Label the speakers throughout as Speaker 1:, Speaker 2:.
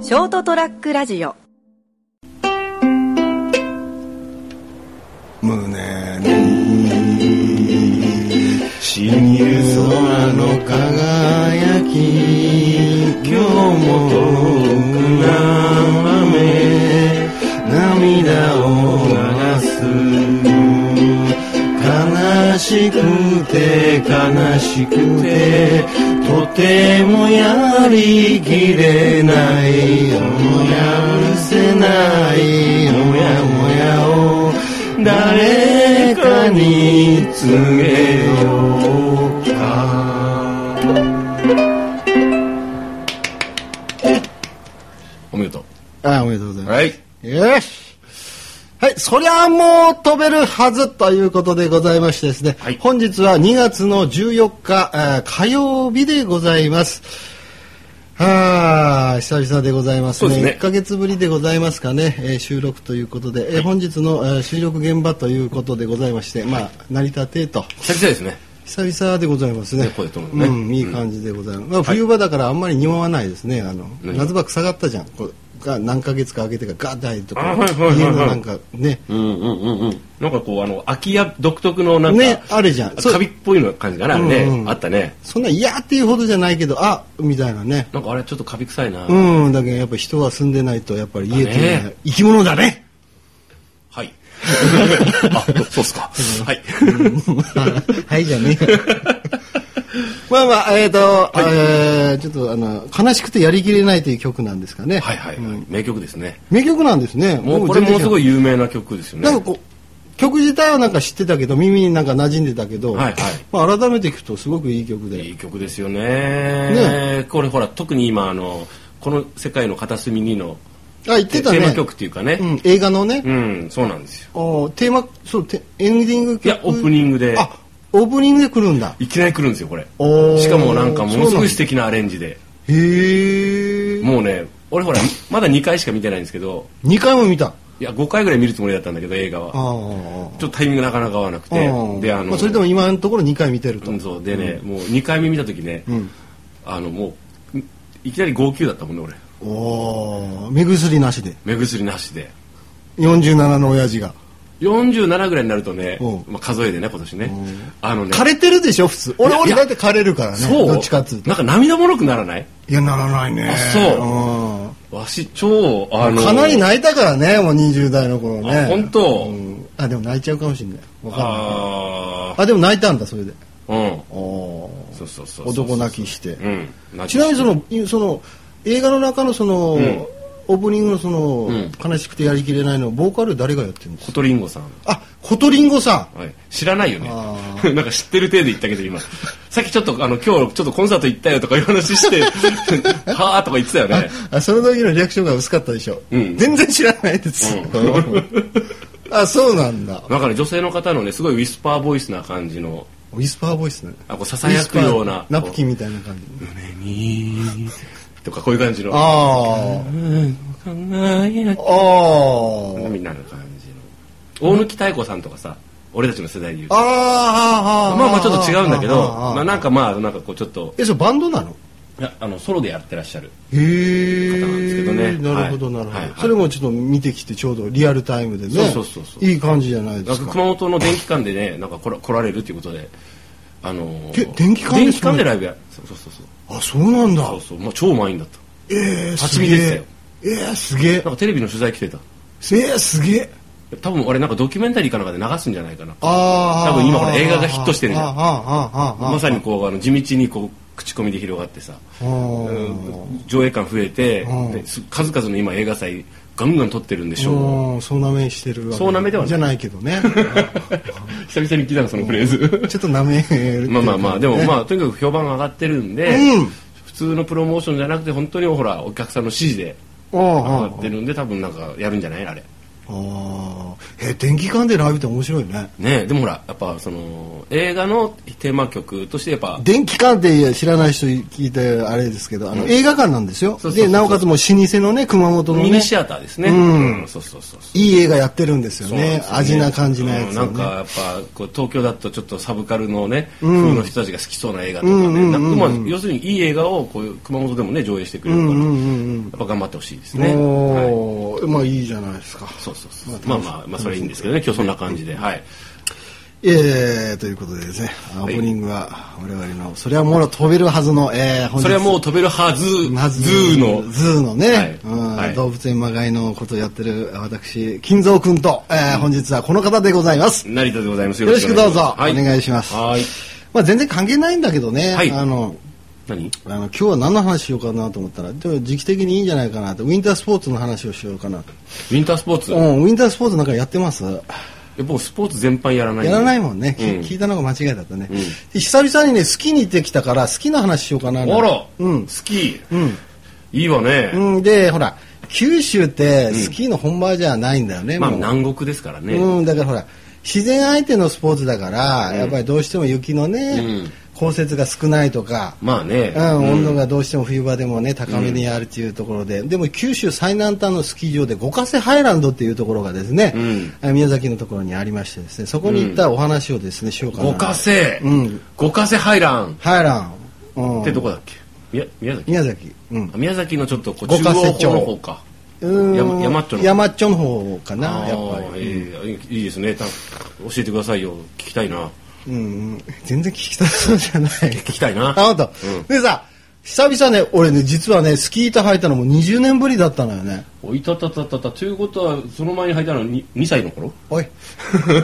Speaker 1: ショートトラックラジオ
Speaker 2: 胸に染みる空の輝き今日も遠く眺め涙を流す悲しくて悲しくてとてもやりきれないもやるせないもやもやを誰かに告げようか
Speaker 3: おめでと。
Speaker 2: あおめでとうございうます、
Speaker 3: はい。
Speaker 2: よしはい、そりゃもう飛べるはずということでございましてですね、
Speaker 3: はい
Speaker 2: 本日は2月の14日、あー火曜日でございます。はあ、久々でございます
Speaker 3: そうで
Speaker 2: ね。
Speaker 3: すね
Speaker 2: 1ヶ月ぶりでございますかね、えー収録ということで、えー本日の、えー収録現場ということでございまして、まあ、成り立てと、
Speaker 3: 久々ですね。
Speaker 2: 久々でございますね。
Speaker 3: ねこうやってもね
Speaker 2: うん、いい感じでございます。まあ、冬場だからあんまり匂わないですね。あの、
Speaker 3: 何
Speaker 2: 夏場下がったじゃん。こうが何ヶ月か開けてからガーッて入ると
Speaker 3: あはいはいはいはい
Speaker 2: 家のなんかね、
Speaker 3: うんうんうんうん。なんかこう、あの、空き家独特のなんか、
Speaker 2: ね、あるじゃん。そ
Speaker 3: カビっぽいの感じがね、あれね、
Speaker 2: うんうん
Speaker 3: あったね。
Speaker 2: そんな嫌っていうほどじゃないけど、あみたいなね。
Speaker 3: なんかあれちょっとカビ臭いな。
Speaker 2: うん、だけどやっぱ人は住んでないと、やっぱり家というの
Speaker 3: だ
Speaker 2: は
Speaker 3: ね
Speaker 2: 生き物だ ね。
Speaker 3: はい。あ、そうっすか。はい。
Speaker 2: はいじゃねえよまあまあ、えっ、と、えーちょっとあの、悲しくてやりきれないという曲なんですかね。
Speaker 3: はいはいは
Speaker 2: う
Speaker 3: い
Speaker 2: ん。
Speaker 3: 名曲ですね。
Speaker 2: 名曲なんですね。
Speaker 3: もうこれものすごい有名な曲ですよね。
Speaker 2: なんかこう曲自体はなんか知ってたけど耳になんか馴染んでたけど、
Speaker 3: はいはい
Speaker 2: まあ、改めて聞くとすごくいい曲で
Speaker 3: いい曲ですよね
Speaker 2: ね
Speaker 3: これほら、特に今、あの、この世界の片隅にの、
Speaker 2: あ言って
Speaker 3: テ
Speaker 2: たね
Speaker 3: ーマ曲っていうかね
Speaker 2: う。ん、映画のね、
Speaker 3: うん、そうなんですよ。
Speaker 2: おテーマそうテエンディング曲
Speaker 3: いや、オープニングで、
Speaker 2: あオープニングで来るんだ
Speaker 3: いきなり来るんですよ、これ。
Speaker 2: おー
Speaker 3: しかもなんかものすごい素
Speaker 2: そう
Speaker 3: 敵なアレンジで。
Speaker 2: なんだへえ
Speaker 3: もうね、俺ほら、まだ2回しか見てないんですけど、
Speaker 2: 2回も見たあ
Speaker 3: いや、5回ぐらい見るつもりだったんだけど、映画
Speaker 2: あ
Speaker 3: は。
Speaker 2: ー
Speaker 3: ちょっとタイミングなかなか合わなく
Speaker 2: あ
Speaker 3: て。
Speaker 2: ー
Speaker 3: で、あの、
Speaker 2: まあ、それでも今のところ2回見てると、
Speaker 3: うんそうでね、もう2回目見た時ね、
Speaker 2: ん
Speaker 3: あの、もう、いきなり号泣だったもんね、俺。
Speaker 2: おお目薬なしで
Speaker 3: 目薬なしで。
Speaker 2: 47の親父が
Speaker 3: 47ぐらいになるとね
Speaker 2: うん、
Speaker 3: まあ、数えでね、今年ね。あのね、
Speaker 2: 枯れてるでしょ普通俺
Speaker 3: いや
Speaker 2: 俺だって枯れるからね
Speaker 3: そう
Speaker 2: どっちかっつうと
Speaker 3: なんか涙もろくならない
Speaker 2: いやならないね
Speaker 3: あそ
Speaker 2: う
Speaker 3: う
Speaker 2: ん
Speaker 3: わし、超、あの、
Speaker 2: かなり泣いたからねもう20代の頃ね
Speaker 3: あ本当
Speaker 2: うんあでも泣いちゃうかもしれないわかんない
Speaker 3: あ
Speaker 2: あでも泣いたんだそれで
Speaker 3: あ、うん。
Speaker 2: お
Speaker 3: そうそうそうそう。
Speaker 2: 男泣きして
Speaker 3: うん。泣き
Speaker 2: ちなみにそのいその映画の中のその、
Speaker 3: ん
Speaker 2: オープニングのその、
Speaker 3: ん
Speaker 2: 悲しくてやりきれないのボーカル誰がやってるんです
Speaker 3: コ
Speaker 2: か
Speaker 3: トリンゴさん。
Speaker 2: あコトリンゴさ
Speaker 3: はい、知らないよね
Speaker 2: あ。
Speaker 3: なんか知ってる程度言ったけど今。さっきちょっとあの今日ちょっとコンサート行ったよとかいう話して、 はあとか言ってたよね。
Speaker 2: んあその時のリアクションが薄かったでしょ、
Speaker 3: うん
Speaker 2: 全然知らないです、あそうなんだ
Speaker 3: なんかね女性の方のねすごいウィスパーボイスな感じの、
Speaker 2: ウィスパーボイスね
Speaker 3: あこう囁くよう
Speaker 2: ウ
Speaker 3: な
Speaker 2: ィスパーナプキンみたいな感じ
Speaker 3: 胸にとかこういう感じの、
Speaker 2: ああ
Speaker 3: 考えなき
Speaker 2: あ
Speaker 3: ゃ
Speaker 2: あ
Speaker 3: みたいな感じの。大貫妙子さんとかさ、俺たちの世代で言う
Speaker 2: あ
Speaker 3: と。
Speaker 2: あああ
Speaker 3: まあまあちょっと違うんだけど、まあなん
Speaker 2: か
Speaker 3: かまあなんかこうちょっと、
Speaker 2: えそれバンドなの
Speaker 3: いやあのソロでやってらっしゃる。
Speaker 2: へえ
Speaker 3: 方なんですけどね
Speaker 2: なるほど
Speaker 3: はい
Speaker 2: なるほど、
Speaker 3: はいはい
Speaker 2: それもちょっと見てきてちょうどリアルタイムでね
Speaker 3: そうそうそうそう
Speaker 2: いい感じじゃないで
Speaker 3: なん
Speaker 2: す
Speaker 3: か
Speaker 2: か
Speaker 3: 熊本の電気館でねなんか来ら来られるということで、あのー
Speaker 2: で電気館で
Speaker 3: 電
Speaker 2: す
Speaker 3: 気
Speaker 2: か
Speaker 3: 館でライブやそうそうそうそう
Speaker 2: あそうなんだ
Speaker 3: そうそう、まあ、超満員だった
Speaker 2: ええー、
Speaker 3: 立
Speaker 2: す
Speaker 3: ち見
Speaker 2: げ
Speaker 3: でした
Speaker 2: え
Speaker 3: よ
Speaker 2: えー、すげえ
Speaker 3: なんかテレビの取材来てた
Speaker 2: えー、すげえ
Speaker 3: 多分俺なんかドキュメンタリーかなんかで流すんじゃないかな
Speaker 2: ああ
Speaker 3: 多分今ほら映画がヒットしてるじゃん
Speaker 2: あーあーあーあー
Speaker 3: まさにこうあの地道にこう口コミで広がってさ
Speaker 2: あー
Speaker 3: 上映感増えて
Speaker 2: うん
Speaker 3: です数々の今映画祭ガンガン撮ってるんでしょう
Speaker 2: うんそうなめしてるわけ
Speaker 3: そうなめではない
Speaker 2: じゃないけどね
Speaker 3: 久々に聞いたのそのフレーズ
Speaker 2: ちょっとなめる
Speaker 3: まあまあまあでもま
Speaker 2: あ
Speaker 3: あとにかく評判が上がってるんで、
Speaker 2: うん
Speaker 3: 普通のプロモーションじゃなくて本当にほらお客さんの支持で
Speaker 2: あ
Speaker 3: 上がってるんで多分なんかやるんじゃないあれ
Speaker 2: ああ閉店期間でライブって面白いね
Speaker 3: ねでもほらやっぱその映画のテーマ曲としてやっぱ
Speaker 2: 電気館って知らない人聞いてあれですけどあの、映画館なんですよ
Speaker 3: そうそうそう
Speaker 2: でなおかつもう老舗のね熊本の
Speaker 3: ミニ
Speaker 2: ね
Speaker 3: シアターですね、
Speaker 2: うん
Speaker 3: そうそうそうそう
Speaker 2: いい映画やってるんですよ
Speaker 3: そうなん
Speaker 2: ね
Speaker 3: ですよ
Speaker 2: 味な感じのや
Speaker 3: う
Speaker 2: つ
Speaker 3: ん
Speaker 2: をね
Speaker 3: なんかやっぱこう東京だとちょっとサブカルのね、風の人たちが好きそうな映画とかね、なんかまあ要するにいい映画をこういう熊本でもね上映してくれるから、やっぱ頑張ってほしいですね、はい、
Speaker 2: おーまあいいじゃないですか
Speaker 3: そうそうそうまあまあまあそれはいいんですけどね今日そんな感じで、はい
Speaker 2: えー、ということでですねオ
Speaker 3: い
Speaker 2: ープニングは我々のそれはもう飛べるはずの、えー、本日
Speaker 3: それはもう飛べるはず
Speaker 2: まず
Speaker 3: ズーの
Speaker 2: ズーのね、
Speaker 3: はい
Speaker 2: うん
Speaker 3: はい
Speaker 2: 動物園まがいのことをやってる私金蔵君と、えー本日はこの方でございます
Speaker 3: 成田でございます
Speaker 2: よろしくどうぞ
Speaker 3: は
Speaker 2: お願いします
Speaker 3: はい
Speaker 2: まあ全然関係ないんだけどね、
Speaker 3: はい
Speaker 2: あの
Speaker 3: 何
Speaker 2: あの今日は何の話しようかなと思ったらでも時期的にいいんじゃないかなとウィンタースポーツの話をしようかなと、
Speaker 3: ウィンタースポーツ、
Speaker 2: う
Speaker 3: え
Speaker 2: ん、ウィンタースポーツなんかやってます
Speaker 3: 僕スポーツ全般やらない
Speaker 2: やらないもんね、
Speaker 3: うん
Speaker 2: き聞いたのが間違いだったね、
Speaker 3: うん
Speaker 2: で久々にねスキーに行ってきたからスキーの話しようかな
Speaker 3: あ
Speaker 2: なんて
Speaker 3: ら、
Speaker 2: うん
Speaker 3: スキー、
Speaker 2: うん
Speaker 3: いいわね、
Speaker 2: うん、でほら九州ってスキーの本場じゃないんだよね、
Speaker 3: まあ
Speaker 2: もう
Speaker 3: 南国ですからね、
Speaker 2: うん、だからほら自然相手のスポーツだから、やっぱりどうしても雪のね、
Speaker 3: うん
Speaker 2: 降雪が少ないとか、
Speaker 3: まあね、
Speaker 2: うん、温度がどうしても冬場でもね高めにあるというところで、でも九州最南端のスキー場で五ヶ瀬ハイランドっていうところがですね、
Speaker 3: うん
Speaker 2: あ宮崎のところにありましてですねそこに行ったお話をですね、しようかな
Speaker 3: 五ヶ瀬、
Speaker 2: うん
Speaker 3: 五ヶ瀬ハイランっ
Speaker 2: ハイラン、うん、
Speaker 3: てどこだっけ宮宮崎
Speaker 2: 宮崎、うん
Speaker 3: あ宮崎のちょっとこう
Speaker 2: 五
Speaker 3: 中
Speaker 2: ヶ瀬
Speaker 3: 央
Speaker 2: 町
Speaker 3: 方の方か
Speaker 2: うん
Speaker 3: 山山っちょの
Speaker 2: 山っちょの方かなやっ
Speaker 3: あ
Speaker 2: ぱ
Speaker 3: ー
Speaker 2: り、
Speaker 3: えーいいですねた教えてくださいよ聞きたいな
Speaker 2: うんうん、全然聞きたそうじゃない
Speaker 3: 聞きたいな
Speaker 2: あ、本当、
Speaker 3: うん
Speaker 2: でさ、久々ね、俺ね、実はね、スキー板履いたのも20年ぶりだったのよね。
Speaker 3: おいたたたたたということはその前に履いたのはに2歳の 頃
Speaker 2: おい。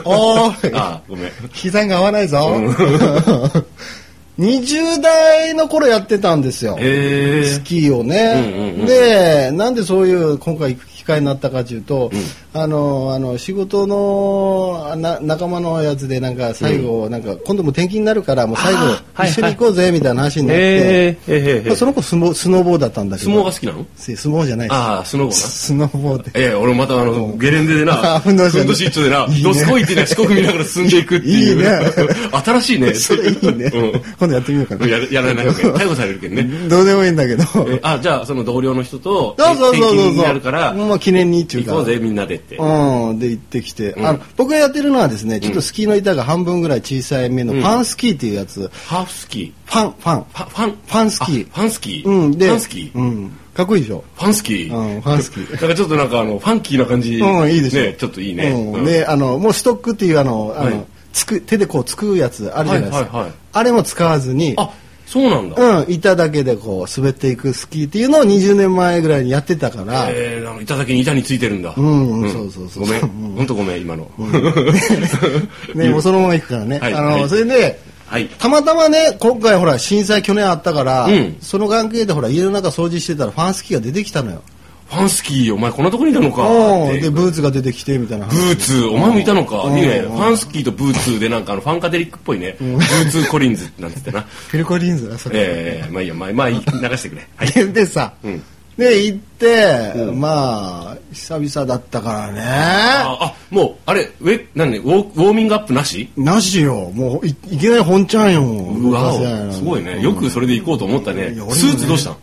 Speaker 2: おーい。
Speaker 3: あーごめん
Speaker 2: 膝が合わないぞ。20代の頃やってたんですよ。
Speaker 3: へえ
Speaker 2: スキーをね、
Speaker 3: うんうんうん
Speaker 2: でなんでそういう今回行く機会になったかというと、あのあの仕事のあな仲間のやつでなんか最後、なんか今度も転勤になるからもう最後
Speaker 3: あーはい
Speaker 2: 一緒に行こうぜみたいな話になって、
Speaker 3: へえへえへえ
Speaker 2: まあ、その子スノスノボーだったんだけど
Speaker 3: 相撲が好きなの
Speaker 2: せ相撲じゃないです
Speaker 3: ああスノボな
Speaker 2: スノボーって
Speaker 3: ええ俺またあのゲレンデでな
Speaker 2: ふんどし
Speaker 3: ふんどし一丁でない
Speaker 2: いね
Speaker 3: どすこいってな四国見ながら進んでいくっていう
Speaker 2: いいね
Speaker 3: 新しい ね
Speaker 2: それいいね、
Speaker 3: うん
Speaker 2: 今度やってみようかな
Speaker 3: ややらないわけ逮捕されるけどね
Speaker 2: どうでもいいんだけどそう
Speaker 3: えあじゃあその同僚の人と
Speaker 2: そうそうそう
Speaker 3: 転勤
Speaker 2: そう
Speaker 3: になるから
Speaker 2: もう記念にっていう
Speaker 3: 行
Speaker 2: か
Speaker 3: こうぜみんなでって
Speaker 2: うん、で行ってきて、あの僕がやってるのはですねちょっとスキーの板が半分ぐらい小さい目のファンスキーっていうやつ、フ
Speaker 3: ハーフスキ
Speaker 2: ァンファン
Speaker 3: ーファファンフ
Speaker 2: ァンスキー
Speaker 3: ファンスキー
Speaker 2: うんで
Speaker 3: ファンスキー
Speaker 2: うん、かっこいいでしょ
Speaker 3: ファンスキー
Speaker 2: うんファンスキー
Speaker 3: だからちょっとなんかあのファンキーな感じ
Speaker 2: うんいいでしょ、
Speaker 3: ねちょっといいね
Speaker 2: う、
Speaker 3: うんん
Speaker 2: であのもうストックっていうあのあの、
Speaker 3: はい
Speaker 2: つく手でこうつくやつあるじゃないですか、
Speaker 3: はいはいはい
Speaker 2: あれも使わずに
Speaker 3: あそうなんだ
Speaker 2: うん、板だけでこう滑っていくスキーっていうのを20年前ぐらいにやってたから、
Speaker 3: えー、あの頂に板についてるんだ
Speaker 2: んうんそうそうそう
Speaker 3: ごめん
Speaker 2: う
Speaker 3: 本当ごめん今の
Speaker 2: ね、もうそのまま行くからね、
Speaker 3: はい
Speaker 2: あの
Speaker 3: はい
Speaker 2: それで
Speaker 3: はい
Speaker 2: たまたまね今回ほら震災去年あったから、
Speaker 3: うん
Speaker 2: その関係でほら家の中掃除してたらファンスキーが出てきたのよ
Speaker 3: ファンスキーお前こんなとこにいたのか
Speaker 2: うん
Speaker 3: って
Speaker 2: でブーツが出てきてみたいな
Speaker 3: ブーツお前もいたのか
Speaker 2: うん
Speaker 3: いいね
Speaker 2: う
Speaker 3: フ
Speaker 2: ん
Speaker 3: ァンスキーとブーツでなんかあのファンカデリックっぽいねブーツコリンズなんて言ってな
Speaker 2: フィルコリンズだそれ、
Speaker 3: ええまあいいやまあまあいい流してくれはい
Speaker 2: ででさ、
Speaker 3: ん
Speaker 2: で行って、まあ久々だったからね
Speaker 3: ああもうあれウェなんウォーウォーミングアップなし
Speaker 2: なしよもういいきなり本ちゃんよ
Speaker 3: う
Speaker 2: 動か
Speaker 3: わ
Speaker 2: せないの
Speaker 3: すごいねよくそれで行こうと思ったね
Speaker 2: いや俺もね
Speaker 3: スーツどうしたの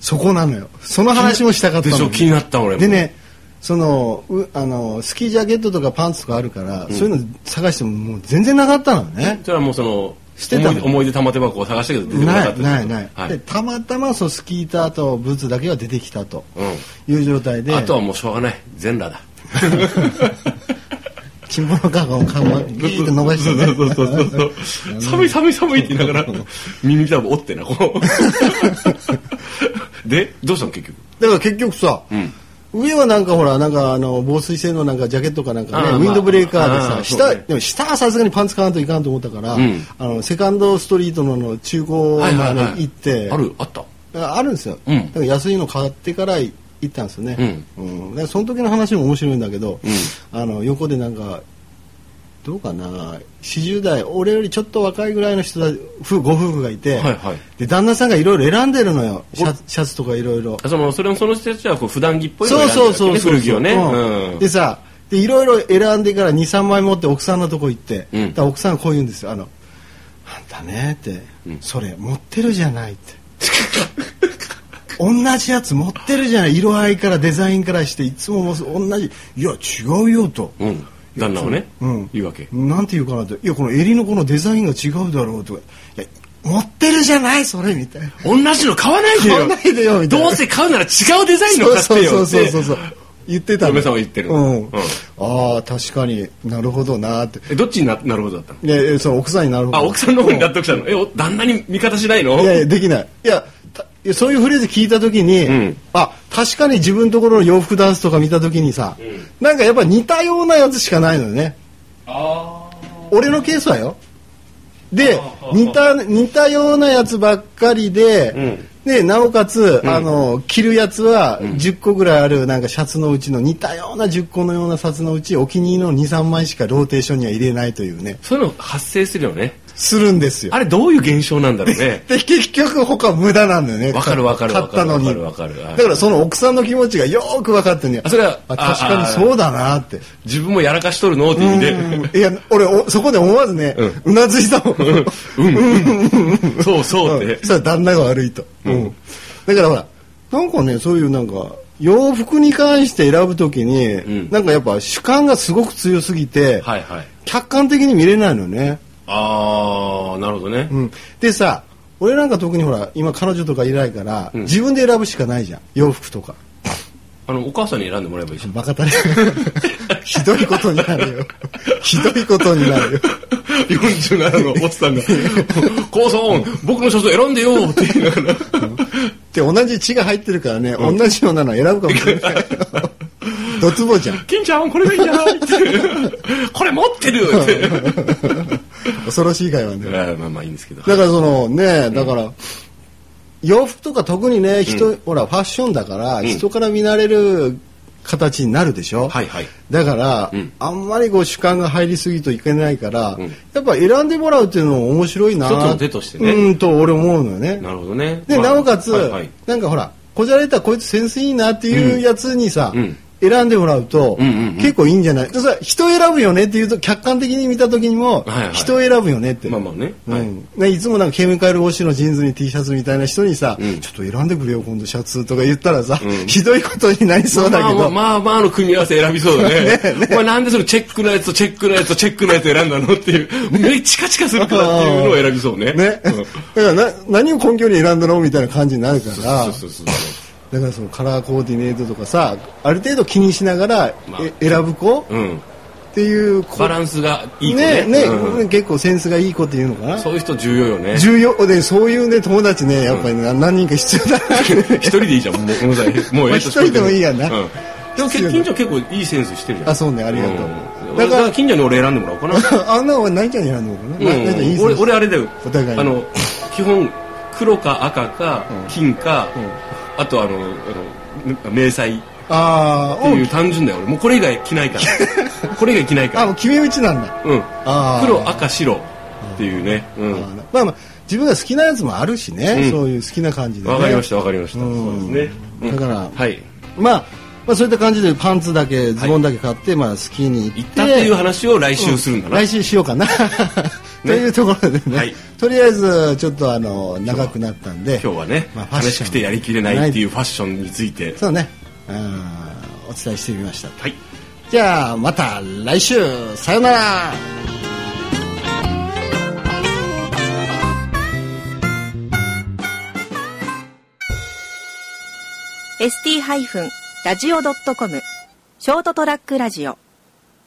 Speaker 2: そこなのよその話もしたかったの
Speaker 3: でしょ気になった俺も
Speaker 2: でねそのうあのスキージャケットとかパンツとかあるから、そういうの探してももう全然なかったのね
Speaker 3: それはもうその
Speaker 2: 捨てたの
Speaker 3: 思い出思い出玉手箱を探したけど出てこな
Speaker 2: な
Speaker 3: かった
Speaker 2: いないない、
Speaker 3: は
Speaker 2: で
Speaker 3: い
Speaker 2: たまたまそのスキーターとブーツだけが出てきたと
Speaker 3: うん
Speaker 2: いう状態で、
Speaker 3: あとはもうしょうがない全裸だ
Speaker 2: 着物かごを かまギーッと伸ばしてね
Speaker 3: そうそうそうそうそう。寒い寒い寒いって言いながら、 耳たぶ折ってな、こう。 で、どうしたの結局。
Speaker 2: だから結局さ、
Speaker 3: ん
Speaker 2: 上はなんかほらなんかあの防水性のなんかジャケットかなんかね
Speaker 3: あー
Speaker 2: ウィンドブレーカーで
Speaker 3: まあ
Speaker 2: さ
Speaker 3: あーそ
Speaker 2: 下
Speaker 3: うね
Speaker 2: でも下はさすがにパンツ買わんといかんと思ったから、
Speaker 3: ん
Speaker 2: あのセカンドストリートのあの中古の
Speaker 3: はいは
Speaker 2: あ
Speaker 3: い
Speaker 2: の
Speaker 3: はい。
Speaker 2: 行って
Speaker 3: あるあった。
Speaker 2: ああるんですよ、
Speaker 3: うん
Speaker 2: だから安いの買ってから行ったんですよね、うんだからその時の話も面白いんだけど、あの横でなんかどうかな40代俺よりちょっと若いぐらいの人だ夫ご夫婦がいて、
Speaker 3: はいはい
Speaker 2: で旦那さんがいろいろ選んでるのよシャツシャツとかいろいろ
Speaker 3: あその、それもその人たちはこう普段着っぽいのを
Speaker 2: そう
Speaker 3: 選んでる
Speaker 2: そ
Speaker 3: わ
Speaker 2: う
Speaker 3: けね
Speaker 2: そうそう
Speaker 3: 古着をね。
Speaker 2: うん
Speaker 3: うん
Speaker 2: でさでいろいろ選んでから23枚持って奥さんのとこ行って、
Speaker 3: う
Speaker 2: だ
Speaker 3: ん
Speaker 2: から奥さんがこう言うんですよ「あのあんたね」って、
Speaker 3: うん
Speaker 2: それ持ってるじゃない」って同じやつ持ってるじゃない色合いからデザインからしていつももう同じ「いや違うよ」と。
Speaker 3: うん旦那をね、
Speaker 2: うん
Speaker 3: 言うわけ
Speaker 2: なんて言うかなって「いやこの襟のこのデザインが違うだろう」とか「いや持ってるじゃないそれ」みたいな
Speaker 3: 同じの買わないでよ
Speaker 2: 買わないでよみたいな
Speaker 3: どうせ買うなら違うデザインの買ってよ
Speaker 2: そうそうそうそう
Speaker 3: う
Speaker 2: そう言ってたの
Speaker 3: 嫁さんは言ってる
Speaker 2: うん
Speaker 3: うん
Speaker 2: ああ確かになるほどなーって
Speaker 3: どっちにななるほどだったの
Speaker 2: いやいやその奥さんになるほど
Speaker 3: あ奥さんの方に納得したのえお旦那に味方しないの
Speaker 2: いやいやできないいやたいやそういうフレーズ聞いた時に、
Speaker 3: うん
Speaker 2: あ確かに自分のところの洋服ダンスとか見た時にさ、
Speaker 3: う
Speaker 2: なんかやっぱ似たようなやつしかないのよね
Speaker 3: あ
Speaker 2: 俺のケースはよで
Speaker 3: あー
Speaker 2: 似た似たようなやつばっかりで、
Speaker 3: うん
Speaker 2: でなおかつ、あの着るやつは10個ぐらいあるなんかシャツのうちの似たような10個のようなシャツのうちお気に入りの23枚しかローテーションには入れないというね
Speaker 3: そういうの発生するよね
Speaker 2: するんですよ
Speaker 3: あれどういう現象なんだろう ね
Speaker 2: で結局他は無駄なんだよね
Speaker 3: わかるわかる
Speaker 2: 買ったのに
Speaker 3: わかるわかるわかる
Speaker 2: だからその奥さんの気持ちがよーく分かってんね
Speaker 3: あそれは
Speaker 2: あ
Speaker 3: あ
Speaker 2: 確かにそうだなって
Speaker 3: 自分もやらかしとるのって言う
Speaker 2: うんいや俺おそこで思わずね、うなずいたもん
Speaker 3: うんうんうんそうそうっ
Speaker 2: うん
Speaker 3: て
Speaker 2: そしたら旦那が悪いと、うんだからほらなんかねそういうなんか洋服に関して選ぶときに、
Speaker 3: ん
Speaker 2: なんかやっぱ主観がすごく強すぎて、
Speaker 3: はいはい
Speaker 2: 客観的に見れないのよね、
Speaker 3: ああなるほどね
Speaker 2: うん、でさ俺なんか特にほら今彼女とかいないから、
Speaker 3: ん
Speaker 2: 自分で選ぶしかないじゃん洋服とか
Speaker 3: あのお母さんに選んでもらえばいいじゃん
Speaker 2: バカたれひどいことになるよひどいことになるよ
Speaker 3: 47のおっさ んが「コウさん僕のシャツ選んでよ」って言いながら
Speaker 2: で同じ血が入ってるからね、同じようなの選ぶかもしれないドツボじゃん
Speaker 3: 「金ちゃんこれがいいんじゃない?」って「これ持ってる!」 って
Speaker 2: 恐ろしい会話ね
Speaker 3: あーまあまあいいんですけど
Speaker 2: だからそのねだから、洋服とか特にね人、ほらファッションだから、
Speaker 3: ん
Speaker 2: 人から見慣れる形になるでしょ、
Speaker 3: はいはい
Speaker 2: だから、
Speaker 3: ん
Speaker 2: あんまりこう主観が入りすぎるといけないから、
Speaker 3: ん
Speaker 2: やっぱ選んでもらうっていうのも面白いな
Speaker 3: 一つの手としてね
Speaker 2: うんと俺思うのよね
Speaker 3: なるほどね
Speaker 2: で、
Speaker 3: まあ
Speaker 2: なおかつ、
Speaker 3: はいはい
Speaker 2: なんかほらこじゃれたこいつセンスいいなっていうやつにさ、
Speaker 3: うん
Speaker 2: 選んでもらうと、
Speaker 3: うんうんうん
Speaker 2: 結構いいんじゃないでそれ人選ぶよねっていうと客観的に見た時にも、
Speaker 3: はいはい
Speaker 2: 人選ぶよねって、
Speaker 3: まあまあね
Speaker 2: うん
Speaker 3: はい
Speaker 2: いいつもなんかケミカルウォッシュのジーンズに T シャツみたいな人にさ、
Speaker 3: うん
Speaker 2: ちょっと選んでくれよ今度シャツとか言ったらさ、ひどいことになりそうだけど、
Speaker 3: まあまあまあまあの組み合わせ選びそうだね
Speaker 2: ねね
Speaker 3: お前なんでそのチェックのやつとチェックのやつとチェックのやつ選んだのっていう目チカチカするからっていうのを選びそうね
Speaker 2: ね、
Speaker 3: うん
Speaker 2: だからな何を根拠に選んだのみたいな感じになるから
Speaker 3: そうそうそうそ
Speaker 2: だからそのカラーコーディネートとかさある程度気にしながら、
Speaker 3: まあ
Speaker 2: え選ぶ子っ
Speaker 3: ううん
Speaker 2: ていう子
Speaker 3: バランスがいいと
Speaker 2: ね
Speaker 3: ね
Speaker 2: ね、
Speaker 3: うん
Speaker 2: 結構センスがいい子っていうのかな
Speaker 3: そういう人重要よね
Speaker 2: 重要でそういうね友達ねやっぱりね、何人か必要だな
Speaker 3: 一人でいいじゃんもうこの際もう
Speaker 2: まあ
Speaker 3: ええ
Speaker 2: 一人でもいいやんな
Speaker 3: うんでも近所結構いいセンスしてるじゃん
Speaker 2: あそうねありがとうだ
Speaker 3: だ
Speaker 2: か
Speaker 3: からら近所に俺選んでもらおう かな
Speaker 2: あんなのはないちゃんに選んでもらうかな、ないちゃんいい
Speaker 3: 俺俺あれだよ
Speaker 2: お互いに
Speaker 3: あの基本黒か赤か金か、
Speaker 2: ん
Speaker 3: あとあのあのなんか迷彩っ
Speaker 2: あ
Speaker 3: ていう単純だよ俺もうこれ以外着ないから これ以外着ない
Speaker 2: ああ
Speaker 3: か
Speaker 2: もう決め打ちなんだ
Speaker 3: ら、うん、
Speaker 2: あー
Speaker 3: 黒赤白っていうねう
Speaker 2: あー
Speaker 3: ん
Speaker 2: なまあまあ自分が好きなやつもあるしね、
Speaker 3: うん
Speaker 2: そういう好きな感じで、ね、
Speaker 3: わかりましたわかりました、
Speaker 2: うん
Speaker 3: そうですね、うん
Speaker 2: だから
Speaker 3: はい
Speaker 2: まあ、まあそういった感じでパンツだけズボンだけ買って、まあ好きに行って
Speaker 3: 行ったっていう話を来週するんだな、
Speaker 2: 来週しようかな、というところでね、
Speaker 3: はい
Speaker 2: とりあえずちょっとあの長くなったんで
Speaker 3: 今日はね、
Speaker 2: まあファッション
Speaker 3: 楽しくてやりきれないっていうファッションについて
Speaker 2: そうねうんお伝えしてみました
Speaker 3: はい
Speaker 2: じゃあまた来週さよなら
Speaker 1: ー ST-radio.com ショートトラックラジオ